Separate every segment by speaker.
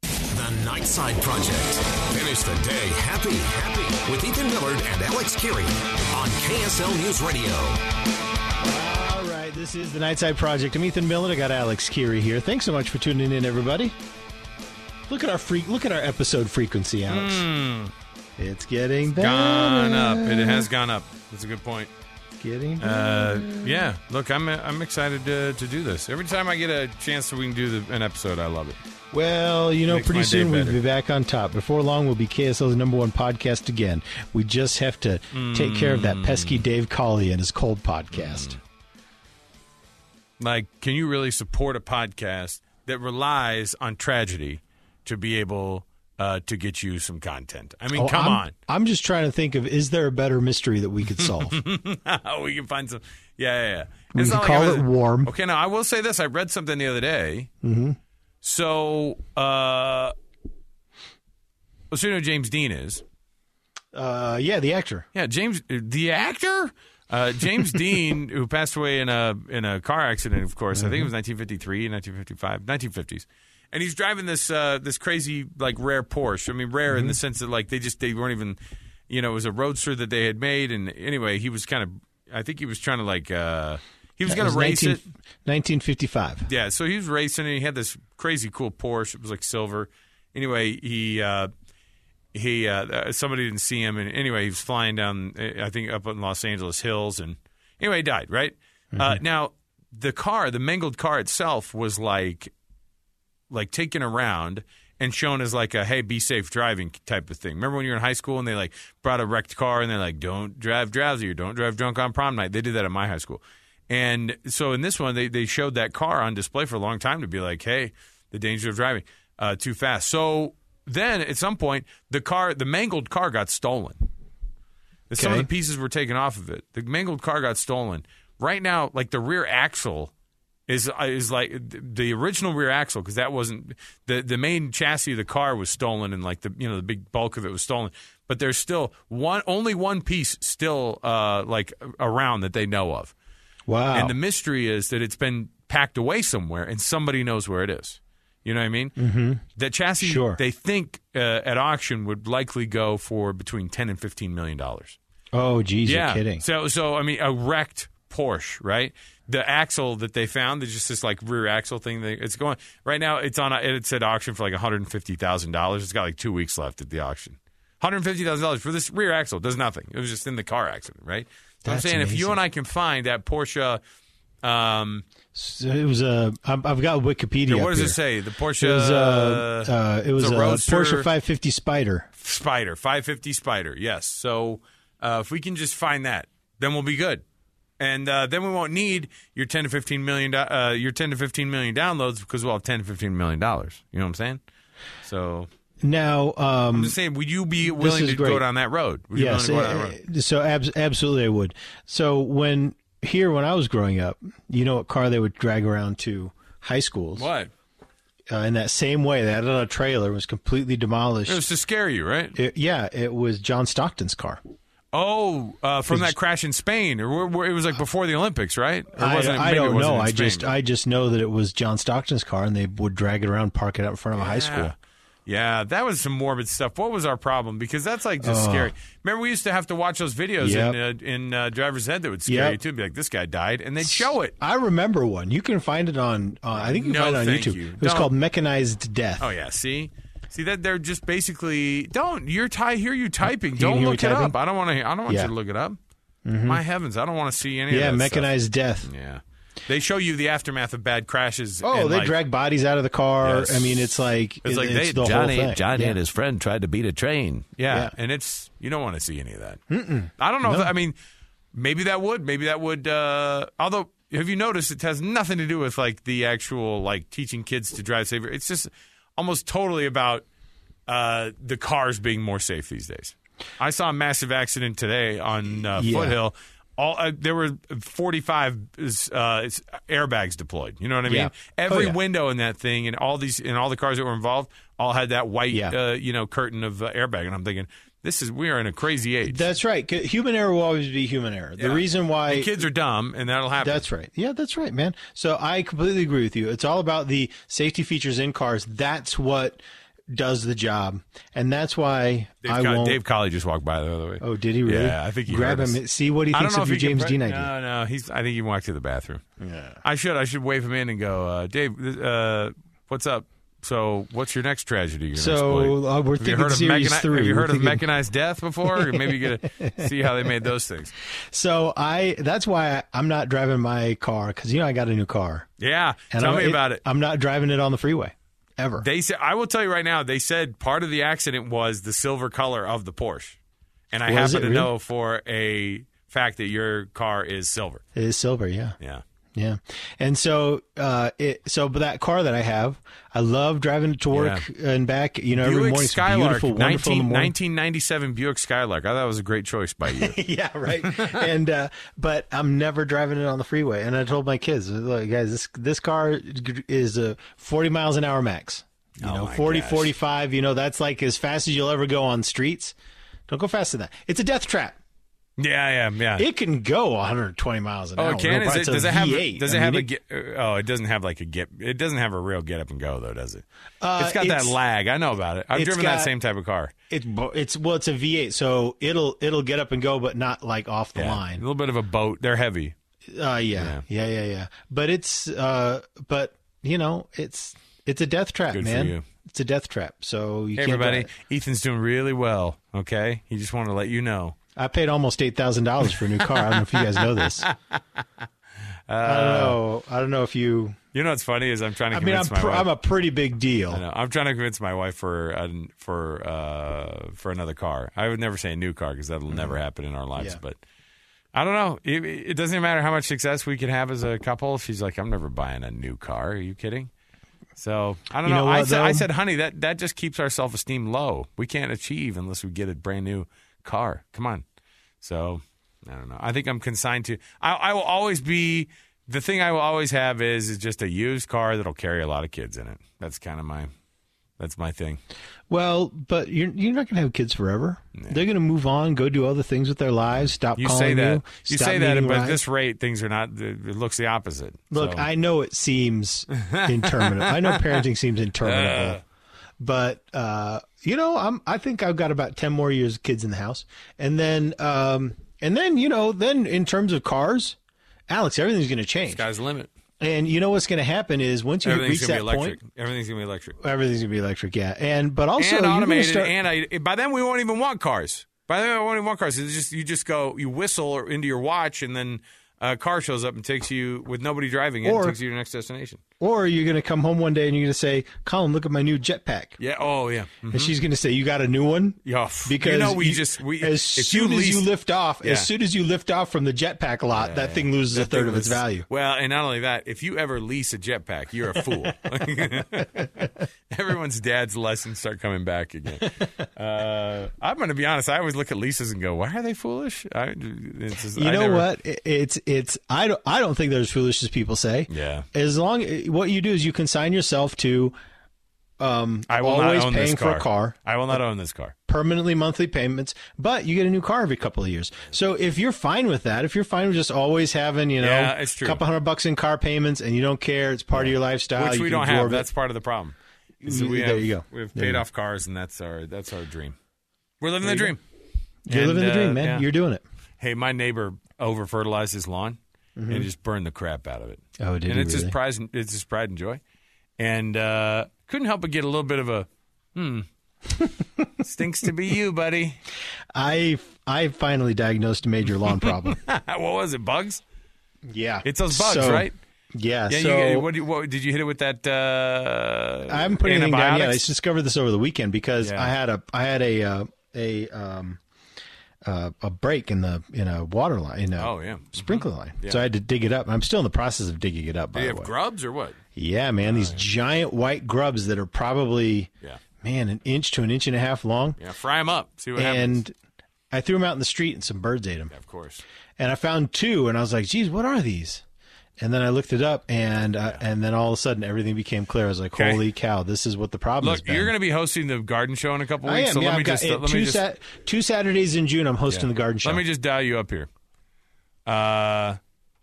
Speaker 1: The Nightside Project. Finish the day happy, happy with Ethan Millard and Alex Carey on KSL News Radio.
Speaker 2: All right, this is the Nightside Project. I'm Ethan Miller. I got Alex Keary here. Thanks so much for tuning in, everybody. Look at our freak. Look at our episode frequency, Alex. It's getting better.
Speaker 3: Hmm. Gone up. It has gone up. That's a good point.
Speaker 2: Getting
Speaker 3: Uh, yeah. Look, I'm I'm excited to, to do this. Every time I get a chance that we can do the, an episode, I love it.
Speaker 2: well, you know,
Speaker 3: Makes
Speaker 2: pretty
Speaker 3: my
Speaker 2: soon
Speaker 3: day
Speaker 2: we'll
Speaker 3: better.
Speaker 2: be back on top. Before long, we'll be KSL's number one podcast again. We just have to take care of that
Speaker 3: Hmm.
Speaker 2: pesky Dave Colley and his cold podcast.
Speaker 3: Like, can you really support a podcast that relies on tragedy to be able uh, to get you some content? I mean,
Speaker 2: Oh,
Speaker 3: come
Speaker 2: I'm,
Speaker 3: on.
Speaker 2: I'm just trying to think of is there a better mystery that we could solve?
Speaker 3: we can find some. Yeah, yeah. yeah.
Speaker 2: We can
Speaker 3: I
Speaker 2: call it warm.
Speaker 3: Okay, now I will say this: I read something the other day. Mm-hmm. So, uh, well, so you know who James Dean is.
Speaker 2: uh, yeah, the actor.
Speaker 3: Yeah, James, the actor, uh, James Dean, who passed away in a in a car accident. Of course, I think it
Speaker 2: Mm-hmm.
Speaker 3: was 1953, 1955, 1950s. And he's driving this uh, this crazy like rare Porsche. I mean, rare in the
Speaker 2: Mm-hmm.
Speaker 3: sense that like they just they weren't even, you know, it was a roadster that they had made. And anyway, he was kind of, I think he was trying to like, uh, he was
Speaker 2: That
Speaker 3: going
Speaker 2: was
Speaker 3: to race
Speaker 2: 19-
Speaker 3: it.
Speaker 2: 1955.
Speaker 3: Yeah, so he was racing and he had this crazy cool Porsche. It was like silver. Anyway, he uh, he uh, uh, somebody didn't see him, and anyway, he was flying down. uh, I think up in Los Angeles hills, and anyway, he died. Right uh, now, the car, the mangled car itself, was like like taken around and shown as like a hey be safe driving type of thing remember when you were in high school and they like brought a wrecked car and they're like don't drive drowsy or don't drive drunk on prom night they did that at my high school and so in this one they, they showed that car on display for a long time to be like hey the danger of driving uh, too fast so then at some point the car the mangled car got stolen some of
Speaker 2: Okay.
Speaker 3: the pieces were taken off of it the mangled car got stolen right now like the rear axle is uh, is like th- the original rear axle because that wasn't the the main chassis of the car was stolen and like the you know the big bulk of it was stolen but there's still one only one piece still uh like around that they know of
Speaker 2: Wow.
Speaker 3: and the mystery is that it's been packed away somewhere and somebody knows where it is you know what I mean? Mm-hmm. That chassis,
Speaker 2: Sure.
Speaker 3: they think uh, at auction would likely go for between ten and fifteen million dollars.
Speaker 2: oh, geez,
Speaker 3: yeah.
Speaker 2: you're kidding.
Speaker 3: So, so I mean, a wrecked Porsche, right? The axle that they found, there's just this like rear axle thing. That it's going right now. It's on. A, it's at auction for like one hundred and fifty thousand dollars. It's got like two weeks left at the auction. One hundred fifty thousand dollars for this rear axle does nothing. It was just in the car accident, right? So I'm
Speaker 2: That's
Speaker 3: saying if you
Speaker 2: amazing.
Speaker 3: and I can find that Porsche, um,
Speaker 2: So it was a. I'm- I've got Wikipedia.
Speaker 3: what
Speaker 2: up
Speaker 3: does
Speaker 2: here.
Speaker 3: it say? The Porsche
Speaker 2: It was a. Uh, it was
Speaker 3: it's
Speaker 2: a,
Speaker 3: a roadster.
Speaker 2: Porsche 550 Spider.
Speaker 3: Spider, 550 Spider. Yes. So uh, if we can just find that, then we'll be good. And uh, then we won't need your 10 to 15 million do- uh, your 10 to 15 million downloads because we'll have 10 to 15 million dollars. You know what I'm saying? So
Speaker 2: Now,
Speaker 3: I'm
Speaker 2: um,
Speaker 3: just saying, would you be willing
Speaker 2: is
Speaker 3: to
Speaker 2: great.
Speaker 3: go down that road? Would
Speaker 2: yes,
Speaker 3: you be willing to go down that road?
Speaker 2: uh, so abs- absolutely, I would. So when here, when I was growing up, you know what car they would drag around to high schools
Speaker 3: What?
Speaker 2: Uh, in that same way. They had it on a trailer, it was completely demolished.
Speaker 3: It was to scare you, right?
Speaker 2: It- yeah, it was John Stockton's car.
Speaker 3: Oh, uh, from that crash in Spain, or where, where, it was like before the Olympics, right? Or
Speaker 2: I,
Speaker 3: wasn't it-
Speaker 2: I
Speaker 3: maybe it
Speaker 2: don't
Speaker 3: wasn't
Speaker 2: know.
Speaker 3: in
Speaker 2: I
Speaker 3: Spain,
Speaker 2: just
Speaker 3: but-
Speaker 2: I just know that it was John Stockton's car, and they would drag it around, park it out in front of a high school.
Speaker 3: Yeah, that was some morbid stuff. What was our problem? Because that's like just scary. Remember, we used to have to watch those videos
Speaker 2: Yep.
Speaker 3: in uh, in uh, driver's head that would scare
Speaker 2: Yep.
Speaker 3: you too. Be like, this guy died, and they'd show it.
Speaker 2: I remember one. You can find it on. Uh, I think you can
Speaker 3: Oh,
Speaker 2: find
Speaker 3: No,
Speaker 2: it on
Speaker 3: thank
Speaker 2: YouTube.
Speaker 3: you.
Speaker 2: It was
Speaker 3: Don't.
Speaker 2: called Mechanized Death.
Speaker 3: Oh yeah, see, see that they're just basically don't. You're ty- hear you typing.
Speaker 2: you
Speaker 3: don't
Speaker 2: hear me
Speaker 3: look it
Speaker 2: typing?
Speaker 3: up. I don't want to. I don't want
Speaker 2: Yeah. Mm-hmm.
Speaker 3: you to look it up. My heavens, I don't want to see any.
Speaker 2: yeah,
Speaker 3: of that
Speaker 2: Mechanized Death.
Speaker 3: Stuff. Yeah, they show you the aftermath of bad crashes.
Speaker 2: Oh,
Speaker 3: and,
Speaker 2: they
Speaker 3: like,
Speaker 2: drag bodies out of the car.
Speaker 3: Yes.
Speaker 2: I mean, it's like
Speaker 3: It's like they-
Speaker 2: the
Speaker 1: Johnny,
Speaker 2: whole thing.
Speaker 1: Johnny
Speaker 2: yeah.
Speaker 1: and his friend tried to beat a train.
Speaker 3: Yeah,
Speaker 2: Yeah.
Speaker 3: and it's you don't want to see any of that. I don't know. If, I mean, maybe that would. Maybe that would. Uh, although, have you noticed it has nothing to do with like the actual like teaching kids to drive safer? It's just almost totally about uh, the cars being more safe these days. I saw a massive accident today on uh,
Speaker 2: Yeah.
Speaker 3: Foothill. All uh, there were 45 uh, airbags deployed. You know what I mean?
Speaker 2: Yeah.
Speaker 3: Every
Speaker 2: Oh, yeah.
Speaker 3: window in that thing, and all these, and all the cars that were involved, all had that white,
Speaker 2: Yeah.
Speaker 3: uh, you know, curtain of uh, airbag. And I'm thinking, this is we are in a crazy age.
Speaker 2: That's right. 'cause Human error will always be human error. The
Speaker 3: Yeah.
Speaker 2: reason why
Speaker 3: And kids are dumb, and that'll happen.
Speaker 2: That's right. Yeah, that's right, man. So I completely agree with you. It's all about the safety features in cars. That's what does the job, and that's why
Speaker 3: Dave,
Speaker 2: I
Speaker 3: Co-
Speaker 2: won't.
Speaker 3: Dave Colley just walked by the other way.
Speaker 2: Oh, did he really?
Speaker 3: Yeah, I think he
Speaker 2: grab
Speaker 3: heard
Speaker 2: him.
Speaker 3: us.
Speaker 2: and See what he
Speaker 3: I don't
Speaker 2: thinks
Speaker 3: know
Speaker 2: of
Speaker 3: if
Speaker 2: your
Speaker 3: he can
Speaker 2: James
Speaker 3: pre-
Speaker 2: Dean idea.
Speaker 3: No, no, he's. I think he walked to the bathroom. Yeah, I should. I should wave him in and go, uh, Dave. th- Uh, what's up? So, what's your next tragedy? You're gonna
Speaker 2: So,
Speaker 3: exploit?
Speaker 2: uh, we're
Speaker 3: have you
Speaker 2: thinking
Speaker 3: heard of
Speaker 2: series
Speaker 3: mechani-
Speaker 2: three.
Speaker 3: Have you
Speaker 2: We're
Speaker 3: heard of
Speaker 2: thinking-
Speaker 3: mechanized death before? Or maybe you gonna see how they made those things.
Speaker 2: So I. That's why I'm not driving my car because you know I got a new car.
Speaker 3: Yeah,
Speaker 2: And
Speaker 3: tell
Speaker 2: I'm-
Speaker 3: me about it.
Speaker 2: I'm not driving it on the freeway ever.
Speaker 3: They said I will tell you right now. They said part of the accident was the silver color of the Porsche, and I
Speaker 2: Was
Speaker 3: happen to
Speaker 2: it really?
Speaker 3: know for a fact that your car is silver.
Speaker 2: it is silver. Yeah.
Speaker 3: Yeah.
Speaker 2: Yeah. And so, uh, it, so, but that car that I have, I love driving to work and back, you know, every
Speaker 3: Buick
Speaker 2: morning. It's
Speaker 3: Skylark,
Speaker 2: beautiful, wonderful in the
Speaker 3: 19,
Speaker 2: morning.
Speaker 3: 1997 Buick Skylark. I thought it was a great choice by you.
Speaker 2: yeah. Right. and, uh, but I'm never driving it on the freeway. And I told my kids, like, guys, this, this car is uh, 40 miles an hour max. You know,
Speaker 3: Oh my
Speaker 2: 40,
Speaker 3: gosh.
Speaker 2: 45, you know, that's like as fast as you'll ever go on streets. Don't go faster than that. It's a death trap.
Speaker 3: yeah, yeah, yeah.
Speaker 2: It can go 120 miles an
Speaker 3: oh,
Speaker 2: hour.
Speaker 3: it can.
Speaker 2: No,
Speaker 3: Is
Speaker 2: but
Speaker 3: it,
Speaker 2: it's a
Speaker 3: does it have?
Speaker 2: V8.
Speaker 3: Does
Speaker 2: I
Speaker 3: it have
Speaker 2: mean,
Speaker 3: a? Get, oh, it doesn't have like a get. It doesn't have a real get up and go though, does it?
Speaker 2: Uh,
Speaker 3: it's got
Speaker 2: it's-
Speaker 3: that lag. I know about it. I've
Speaker 2: it's
Speaker 3: driven that
Speaker 2: got-
Speaker 3: same type of car.
Speaker 2: It's bo- it's well, it's a V8, so it'll it'll get up and go, but not like off the
Speaker 3: Yeah. A
Speaker 2: line.
Speaker 3: little bit of a boat. They're heavy.
Speaker 2: Uh, yeah, yeah, yeah, yeah, But it's uh, but you know, it's it's a death trap,
Speaker 3: Good for
Speaker 2: man.
Speaker 3: you.
Speaker 2: It's a death trap. So you
Speaker 3: Hey,
Speaker 2: can't
Speaker 3: everybody,
Speaker 2: do
Speaker 3: Ethan's doing really well. Okay, he just wanted to let you know.
Speaker 2: it. I paid almost eight thousand dollars for a new car. I don't know if you guys know this. I don't know. I don't know if you.
Speaker 3: You know what's funny is I'm trying to.
Speaker 2: Uh, I mean, I'm
Speaker 3: convince
Speaker 2: pr-
Speaker 3: my wife.
Speaker 2: I'm a pretty big
Speaker 3: I
Speaker 2: deal.
Speaker 3: know. I'm trying to convince my wife for an for uh, for another car. I would never say a new car because that'll never happen in our lives.
Speaker 2: Mm-hmm. Yeah.
Speaker 3: But I don't know. It, it doesn't even matter how much success we can have as a couple. She's like, I'm never buying a new car. Are you kidding? So I don't
Speaker 2: You
Speaker 3: know.
Speaker 2: know
Speaker 3: I
Speaker 2: what,
Speaker 3: said, I
Speaker 2: though?
Speaker 3: said, honey, that that just keeps our self esteem low. We can't achieve unless we get a brand new car. Come on. So I don't know. I think I'm consigned to. I, I will always be. The thing I will always have is is just a used car that'll carry a lot of kids in it. That's kind of my. That's my thing.
Speaker 2: Well, but you're you're not gonna have kids forever. They're gonna move on, go do other things with their lives. Stop
Speaker 3: You
Speaker 2: calling
Speaker 3: say that.
Speaker 2: you.
Speaker 3: You
Speaker 2: stop
Speaker 3: say that,
Speaker 2: needing
Speaker 3: but at
Speaker 2: rides.
Speaker 3: this rate, things are not. It looks the opposite.
Speaker 2: Look,
Speaker 3: So-
Speaker 2: I know it seems interminable. I know parenting seems interminable, but uh, you know, I'm. I think I've got about ten more years of kids in the house, and then, um, and then you know, then in terms of cars, Alex, everything's going to change.
Speaker 3: sky's the limit.
Speaker 2: And you know what's going to happen is once you
Speaker 3: Everything's
Speaker 2: reach
Speaker 3: gonna
Speaker 2: that
Speaker 3: be electric.
Speaker 2: point,
Speaker 3: Everything's gonna be electric
Speaker 2: everything's going to be electric. Yeah, and but also
Speaker 3: and
Speaker 2: you're gonna
Speaker 3: automated.
Speaker 2: start-
Speaker 3: and I, by then we won't even want cars. By then we won't even want cars. It's just you just go you whistle or into your watch, and then a car shows up and takes you with nobody driving it.
Speaker 2: Or-
Speaker 3: and takes you to your next destination.
Speaker 2: or you're going to come home one day and you're going to say, "Colin, look at my new jetpack,"
Speaker 3: Yeah. Oh yeah. Mhm.
Speaker 2: and she's going to say, "You got a new one?"
Speaker 3: Yeah, pff,
Speaker 2: Mm-hmm. because
Speaker 3: you know we
Speaker 2: you-
Speaker 3: just we
Speaker 2: as
Speaker 3: if
Speaker 2: soon
Speaker 3: you
Speaker 2: as you
Speaker 3: lease-
Speaker 2: lift off,
Speaker 3: Yeah.
Speaker 2: as soon as you lift off from the jetpack lot, that thing loses a third of its value.
Speaker 3: Well, and not only that, if you ever lease a jetpack, you're a fool. Everyone's dad's lessons start coming back again. Uh, I'm going to be honest. I always look at leases and go, "Why are they foolish?" I, it's just-
Speaker 2: You
Speaker 3: I
Speaker 2: know
Speaker 3: never-
Speaker 2: what? It- It's it's I don't I don't think they're as foolish as people say.
Speaker 3: Yeah.
Speaker 2: As long what you do is you consign yourself to um
Speaker 3: I will
Speaker 2: always
Speaker 3: not own
Speaker 2: paying
Speaker 3: this car.
Speaker 2: for a car,
Speaker 3: I will not own this car.
Speaker 2: permanently monthly payments, but you get a new car every couple of years. So if you're fine with that, if you're fine with just always having, you know,
Speaker 3: Yeah, it's true.
Speaker 2: a couple hundred bucks in car payments and you don't care, it's part of your lifestyle.
Speaker 3: which
Speaker 2: you
Speaker 3: we
Speaker 2: can
Speaker 3: don't have.
Speaker 2: absorb it.
Speaker 3: That's part of the problem. is
Speaker 2: You-
Speaker 3: that we
Speaker 2: there
Speaker 3: have,
Speaker 2: you go.
Speaker 3: We have
Speaker 2: There
Speaker 3: paid
Speaker 2: you
Speaker 3: off cars, and that's our that's our dream. We're living the dream.
Speaker 2: You're
Speaker 3: And,
Speaker 2: living the dream,
Speaker 3: uh,
Speaker 2: man.
Speaker 3: yeah.
Speaker 2: You're doing it.
Speaker 3: Hey, my neighbor over fertilized his lawn and just burned the crap out of it.
Speaker 2: Mm-hmm. Oh, did
Speaker 3: and
Speaker 2: he
Speaker 3: it's his
Speaker 2: really?
Speaker 3: pride and it's his pride and joy, and uh, couldn't help but get a little bit of a hmm. Stinks to be you, buddy.
Speaker 2: I I finally diagnosed a major lawn problem.
Speaker 3: what was it? Bugs?
Speaker 2: yeah,
Speaker 3: It's those bugs,
Speaker 2: So-
Speaker 3: right?
Speaker 2: Yeah. so
Speaker 3: Yeah. you, get- what, do you- what did you hit it with that? Uh,
Speaker 2: I haven't put anything down yet. I
Speaker 3: antibiotics?
Speaker 2: just discovered this over the weekend because
Speaker 3: Yeah.
Speaker 2: I had a I had a uh, a um, uh, a break in the in a water line in a
Speaker 3: Oh, yeah.
Speaker 2: sprinkler line. So I had to dig it up. I'm still in the process of digging it up. By
Speaker 3: Do you
Speaker 2: the
Speaker 3: have
Speaker 2: way,
Speaker 3: grubs or what?
Speaker 2: yeah, man, these giant white grubs that are probably
Speaker 3: Yeah.
Speaker 2: man, an inch to an inch and a half long.
Speaker 3: Yeah, fry them up. See what happens.
Speaker 2: and I threw them out in the street and some birds ate them.
Speaker 3: Of course.
Speaker 2: And I found two and I was like, geez, what are these? And then I looked it up and uh, and then all of a sudden everything became clear. I was like,
Speaker 3: Okay.
Speaker 2: holy cow, this is what the problem
Speaker 3: Look,
Speaker 2: has been.
Speaker 3: you're going to be hosting the garden show in a couple
Speaker 2: I
Speaker 3: weeks,
Speaker 2: am.
Speaker 3: so
Speaker 2: yeah,
Speaker 3: let me
Speaker 2: I've got
Speaker 3: just
Speaker 2: it-
Speaker 3: let me
Speaker 2: two,
Speaker 3: just
Speaker 2: Sat- two Saturdays in June. I'm hosting the garden show.
Speaker 3: let me just dial you up here. Uh,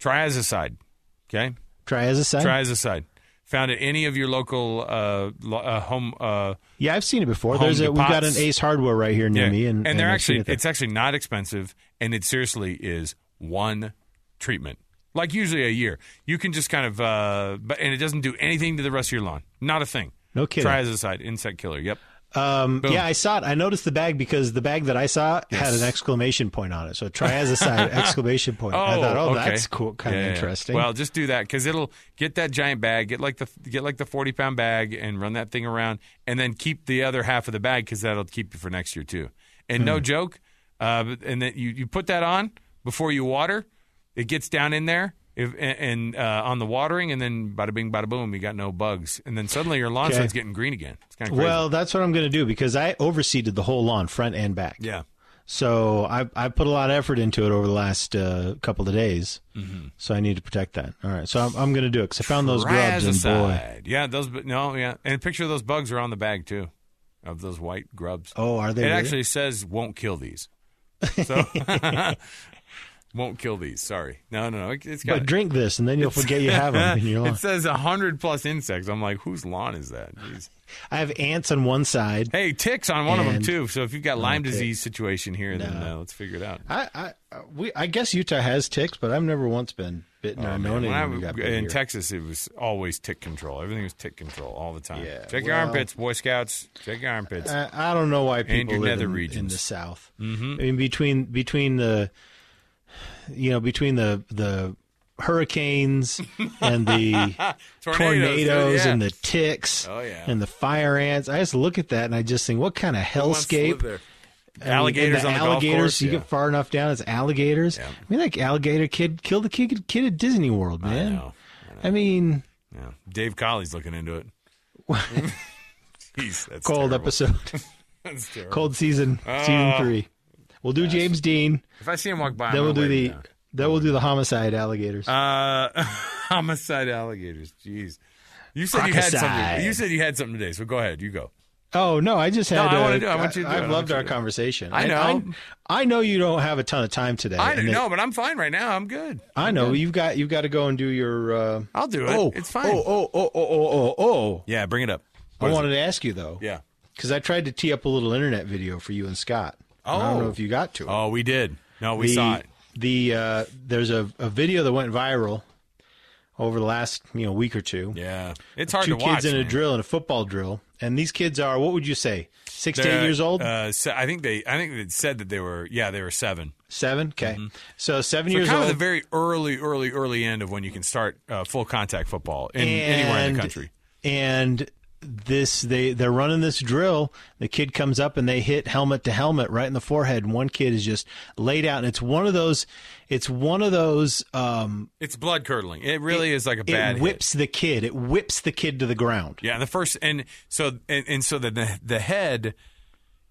Speaker 3: triazicide. Okay,
Speaker 2: try as a side.
Speaker 3: triazicide. Found at any of your local uh, lo- uh, home. Uh,
Speaker 2: Yeah, I've seen it before.
Speaker 3: Home
Speaker 2: There's a, we've got an
Speaker 3: Depots.
Speaker 2: Ace Hardware right here near
Speaker 3: yeah.
Speaker 2: me, and,
Speaker 3: they're
Speaker 2: I've seen
Speaker 3: actually
Speaker 2: it there.
Speaker 3: it's actually not expensive, and it seriously is one treatment, like usually a year. You can just kind of, uh, but and it doesn't do anything to the rest of your lawn. Not a thing.
Speaker 2: No kidding.
Speaker 3: Triazicide, insect killer. Yep.
Speaker 2: Um,
Speaker 3: Boom.
Speaker 2: yeah, I saw it. I noticed the bag because the bag that I saw had
Speaker 3: Yes.
Speaker 2: an exclamation point on it. So triazicide exclamation point.
Speaker 3: Oh,
Speaker 2: I thought, oh,
Speaker 3: okay.
Speaker 2: that's cool, kind
Speaker 3: Yeah,
Speaker 2: of
Speaker 3: yeah, yeah.
Speaker 2: interesting.
Speaker 3: Well, just do that because it'll get that giant bag, get like the get like the forty pound bag, and run that thing around, and then keep the other half of the bag because that'll keep you for next year too. And
Speaker 2: Hmm.
Speaker 3: no joke, uh, but- and then you you put that on before you water, it gets down in there. If, and and, uh, on the watering, and then bada bing, bada boom, you got no bugs, and then suddenly your lawn
Speaker 2: Okay.
Speaker 3: starts getting green again. It's kind of crazy.
Speaker 2: well, that's what I'm going to do because I overseeded the whole lawn, front and back.
Speaker 3: yeah,
Speaker 2: So I I put a lot of effort into it over the last uh, couple of days.
Speaker 3: Mm-hmm.
Speaker 2: So I need to protect that. All right. So I'm, I'm going to do it because I found those grubs and boy.
Speaker 3: Triazicide. yeah, those bu- no, yeah, and picture those bugs are on the bag too, of those white grubs.
Speaker 2: Oh, are they?
Speaker 3: It
Speaker 2: really?
Speaker 3: actually says won't kill these. So won't kill these. Sorry. No, no, no. It, it's got
Speaker 2: But drink this, and then you'll forget you have them in your lawn.
Speaker 3: It says 100 plus insects. I'm like, whose lawn is that? Jeez.
Speaker 2: I have ants on one side.
Speaker 3: Hey, ticks on one of them
Speaker 2: And-
Speaker 3: too. So if you've got Lyme
Speaker 2: Okay.
Speaker 3: disease situation here, then uh, let's figure it out.
Speaker 2: I, I uh, we I guess Utah has ticks, but I've never once been bitten or known
Speaker 3: Oh, When I
Speaker 2: anyone who
Speaker 3: w-
Speaker 2: got bitten.
Speaker 3: in
Speaker 2: here.
Speaker 3: Texas, it was always tick control. Everything was tick control all the time.
Speaker 2: Yeah,
Speaker 3: Check your
Speaker 2: well- uh,
Speaker 3: armpits, Boy Scouts. Check your armpits.
Speaker 2: I, I don't know why people
Speaker 3: your
Speaker 2: live
Speaker 3: nether
Speaker 2: in, in
Speaker 3: regions. Mm-hmm.
Speaker 2: the South. I mean, between between the you know between the the hurricanes and the tornadoes,
Speaker 3: yeah.
Speaker 2: and the ticks
Speaker 3: Oh, yeah.
Speaker 2: and the fire ants. I just look at that and I just think, what kind of
Speaker 3: Wants to live
Speaker 2: hellscape?
Speaker 3: there.
Speaker 2: I mean,
Speaker 3: Alligators
Speaker 2: and the
Speaker 3: on the golf
Speaker 2: alligators.
Speaker 3: course,
Speaker 2: you
Speaker 3: yeah.
Speaker 2: get far enough down, it's alligators. I mean, like alligator kid killed the kid kid at Disney World, man.
Speaker 3: know.
Speaker 2: I mean.
Speaker 3: Yeah. Dave Colley's looking into it. Jeez, that's
Speaker 2: cold
Speaker 3: terrible. Oh.
Speaker 2: episode,
Speaker 3: That's terrible.
Speaker 2: cold season, season three. We'll do James Dean.
Speaker 3: If I see him walk by, I'm
Speaker 2: Then we'll
Speaker 3: gonna
Speaker 2: do
Speaker 3: wave
Speaker 2: the.
Speaker 3: him down.
Speaker 2: Then we'll do the homicide alligators.
Speaker 3: uh, homicide alligators. Jeez, you said you had something.
Speaker 2: Crococide.
Speaker 3: You said you had something today, so go ahead. You go.
Speaker 2: oh no, I just had.
Speaker 3: I
Speaker 2: uh,
Speaker 3: wanna do- I want you to do it. I
Speaker 2: I've
Speaker 3: want
Speaker 2: loved
Speaker 3: you
Speaker 2: our
Speaker 3: to do it.
Speaker 2: conversation.
Speaker 3: I know.
Speaker 2: I, I know you don't have a ton of time today.
Speaker 3: I don't
Speaker 2: and that-
Speaker 3: know, but I'm fine right now. I'm good.
Speaker 2: I know you've got you've got to go and do your. Uh,
Speaker 3: I'll do it.
Speaker 2: Oh,
Speaker 3: It's fine.
Speaker 2: Oh oh oh oh oh oh. oh.
Speaker 3: Yeah, bring it up.
Speaker 2: I wanted to ask you though.
Speaker 3: Yeah.
Speaker 2: Because I tried to tee up a little internet video for you and Scott. And I
Speaker 3: Oh.
Speaker 2: don't know if you got to it.
Speaker 3: Oh, we did. No, we saw it.
Speaker 2: The uh, there's a, a video that went viral over the last you know week or two.
Speaker 3: Yeah, it's hard
Speaker 2: Two
Speaker 3: to watch.
Speaker 2: kids in a
Speaker 3: man.
Speaker 2: drill in a football drill, and these kids are what would you say, six to
Speaker 3: They're,
Speaker 2: eight years old,
Speaker 3: Uh, se- I think they. I think they said that they were. Yeah, they were seven.
Speaker 2: seven. Okay, so seven
Speaker 3: mm-hmm. So
Speaker 2: years
Speaker 3: kind
Speaker 2: old.
Speaker 3: of the very early, early, early end of when you can start uh, full contact football in anywhere in
Speaker 2: and-
Speaker 3: the country.
Speaker 2: And this they they're running this drill. The kid comes up and they hit helmet to helmet right in the forehead. And one kid is just laid out, and it's one of those. It's one of those. Um,
Speaker 3: It's blood curdling. It really is like a bad
Speaker 2: it
Speaker 3: hit.
Speaker 2: whips the kid. It whips the kid to the ground.
Speaker 3: Yeah, the first and so and, and so the, the the head.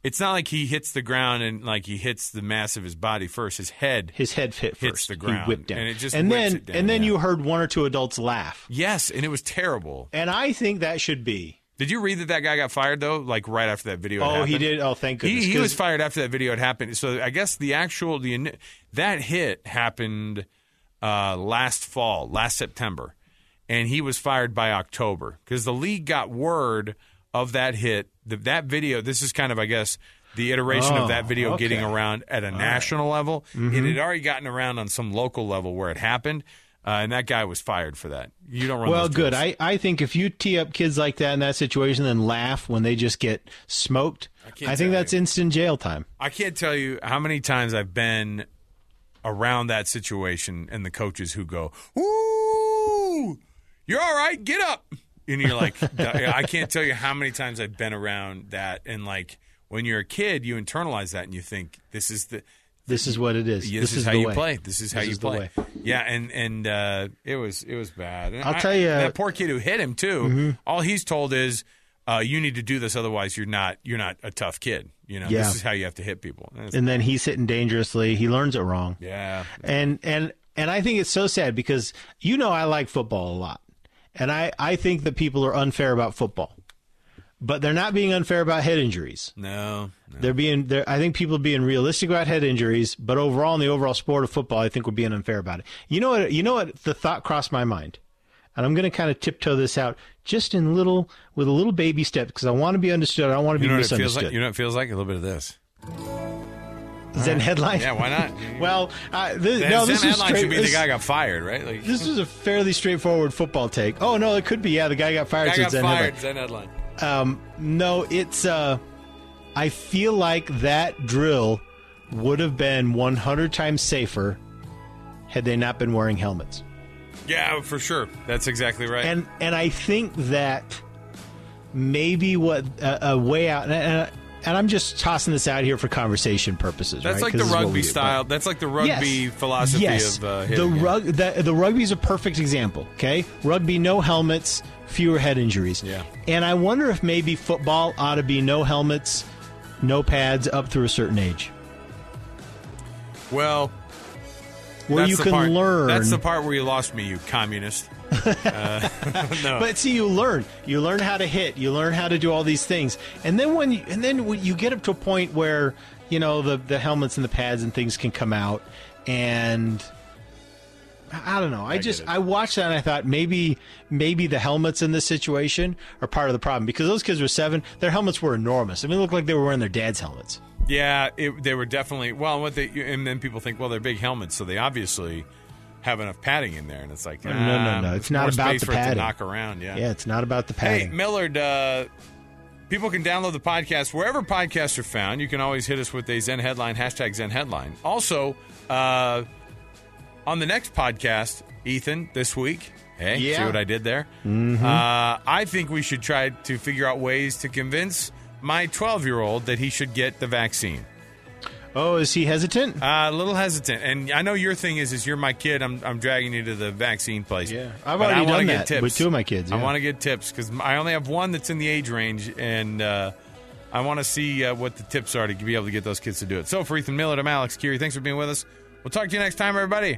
Speaker 3: It's not like he hits the ground and like he hits the mass of his body first. His head.
Speaker 2: his head hit first.
Speaker 3: Hits the ground,
Speaker 2: He whipped down.
Speaker 3: and it just whips
Speaker 2: then
Speaker 3: it down,
Speaker 2: and then
Speaker 3: yeah.
Speaker 2: you heard one or two adults laugh.
Speaker 3: Yes, and it was terrible.
Speaker 2: And I think that should be.
Speaker 3: Did you read that that guy got fired though? Like right after that video.
Speaker 2: oh,
Speaker 3: had
Speaker 2: he
Speaker 3: happened?
Speaker 2: did. Oh, thank goodness.
Speaker 3: He, he
Speaker 2: 'cause-
Speaker 3: was fired after that video had happened. So I guess the actual the ini- that hit happened uh, last fall, last September, and he was fired by October because the league got word of that hit. The, that video. This is kind of I guess the iteration
Speaker 2: Oh,
Speaker 3: of that video
Speaker 2: okay. Mm-hmm.
Speaker 3: getting around at a national level. It had already gotten around on some local level where it happened, uh, and that guy was fired for that. You don't run.
Speaker 2: Well,
Speaker 3: those
Speaker 2: good.
Speaker 3: drills.
Speaker 2: I, I think if you tee up kids like that in that situation, then laugh when they just get smoked.
Speaker 3: can't
Speaker 2: I, think
Speaker 3: tell
Speaker 2: that's
Speaker 3: you.
Speaker 2: instant jail time.
Speaker 3: I can't tell you how many times I've been around that situation and the coaches who go, "Ooh, you're all right, get up," and you're like, I can't tell you how many times I've been around that, and like when you're a kid, you internalize that and you think this is the
Speaker 2: This is what it is.
Speaker 3: this,
Speaker 2: this
Speaker 3: is,
Speaker 2: is
Speaker 3: how
Speaker 2: the
Speaker 3: you
Speaker 2: way.
Speaker 3: play. This is how
Speaker 2: This
Speaker 3: you
Speaker 2: is the
Speaker 3: play.
Speaker 2: way.
Speaker 3: Yeah, and and uh, it was it was bad. And
Speaker 2: I'll
Speaker 3: I-
Speaker 2: tell you- Mm-hmm.
Speaker 3: that poor kid who hit him too. All he's told is. uh, you need to do this, otherwise you're not you're not a tough kid. You know,
Speaker 2: Yeah.
Speaker 3: this is how you have to hit people. And it's-
Speaker 2: And then he's hitting dangerously. He learns it wrong.
Speaker 3: yeah,
Speaker 2: and and and I think it's so sad because you know I like football a lot, and I I think that people are unfair about football, but they're not being unfair about head injuries.
Speaker 3: no, no.
Speaker 2: They're being they're, I think people are being realistic about head injuries, but overall in the overall sport of football, I think we're being unfair about it. You know what? You know what? The thought crossed my mind. And I'm going to kind of tiptoe this out just in little, with a little baby step, because I want to be understood. I don't want to
Speaker 3: You
Speaker 2: be
Speaker 3: know what it feels
Speaker 2: misunderstood.
Speaker 3: like? You know what it feels like? A little bit of this.
Speaker 2: Zen headline.
Speaker 3: Yeah, why not?
Speaker 2: Well, uh, this,
Speaker 3: That
Speaker 2: no,
Speaker 3: Zen
Speaker 2: this is
Speaker 3: headline
Speaker 2: straight.
Speaker 3: should be
Speaker 2: this-
Speaker 3: the guy got fired, right? Like,
Speaker 2: This was a fairly straightforward football take. Oh no, it could be. Yeah, the guy got fired.
Speaker 3: guy
Speaker 2: so
Speaker 3: got
Speaker 2: it's Zen
Speaker 3: fired.
Speaker 2: Hibbert.
Speaker 3: Zen headline.
Speaker 2: Um, no, it's. Uh, I feel like that drill would have been 100 times safer had they not been wearing helmets.
Speaker 3: Yeah, for sure. That's exactly right.
Speaker 2: And and I think that maybe what uh, a, a way out. And, and, and I'm just tossing this out here for conversation purposes.
Speaker 3: that's
Speaker 2: right?
Speaker 3: like
Speaker 2: 'Cause
Speaker 3: the
Speaker 2: this is what we
Speaker 3: rugby
Speaker 2: do, but-
Speaker 3: style. That's like the rugby
Speaker 2: Yes.
Speaker 3: philosophy
Speaker 2: yes.
Speaker 3: of uh,
Speaker 2: the
Speaker 3: hitting. yeah.
Speaker 2: rug. The, the rugby's a perfect example. Okay, rugby, no helmets, fewer head injuries.
Speaker 3: Yeah.
Speaker 2: and I wonder if maybe football ought to be no helmets, no pads up through a certain age,
Speaker 3: Well,
Speaker 2: where
Speaker 3: that's
Speaker 2: you
Speaker 3: the
Speaker 2: can
Speaker 3: part-
Speaker 2: learn.
Speaker 3: That's the part where you lost me, you communist. Uh, no.
Speaker 2: but see, you learn. You learn how to hit. You learn how to do all these things, and then when you, and then when you get up to a point where you know the the helmets and the pads and things can come out, and I I don't know. I, just I watched that and I thought maybe maybe the helmets in this situation are part of the problem because those kids were seven. Their helmets were enormous. I mean, it looked like they were wearing their dad's helmets.
Speaker 3: yeah, it, they were definitely well. What they and then people think, well, they're big helmets, so they obviously have enough padding in there, and it's like,
Speaker 2: no, no,
Speaker 3: ah,
Speaker 2: no.
Speaker 3: there's
Speaker 2: It's not
Speaker 3: more
Speaker 2: about
Speaker 3: space
Speaker 2: the
Speaker 3: for it to
Speaker 2: padding.
Speaker 3: knock around. Yeah,
Speaker 2: Yeah, it's not about the
Speaker 3: Hey,
Speaker 2: padding.
Speaker 3: Millard, uh, people can download the podcast wherever podcasts are found. You can always hit us with a Zen headline, hashtag Zen headline. Also, uh, on the next podcast, Ethan, this week, hey, see
Speaker 2: Yeah.
Speaker 3: what I did there? Uh, I think we should try to figure out ways to convince my 12 year old that he should get the vaccine.
Speaker 2: oh, is he hesitant?
Speaker 3: Uh, a little hesitant, and I know your thing is is you're my kid. I'm I'm dragging you to the vaccine place.
Speaker 2: Yeah. I've
Speaker 3: But
Speaker 2: already
Speaker 3: I wanna
Speaker 2: done
Speaker 3: get
Speaker 2: that
Speaker 3: tips.
Speaker 2: with two of my kids,
Speaker 3: I
Speaker 2: yeah.
Speaker 3: want to get tips because I only have one that's in the age range, and uh, I want to see uh, what the tips are to be able to get those kids to do it. So for Ethan Miller, I'm Alex Curie. Thanks for being with us. We'll talk to you next time, everybody.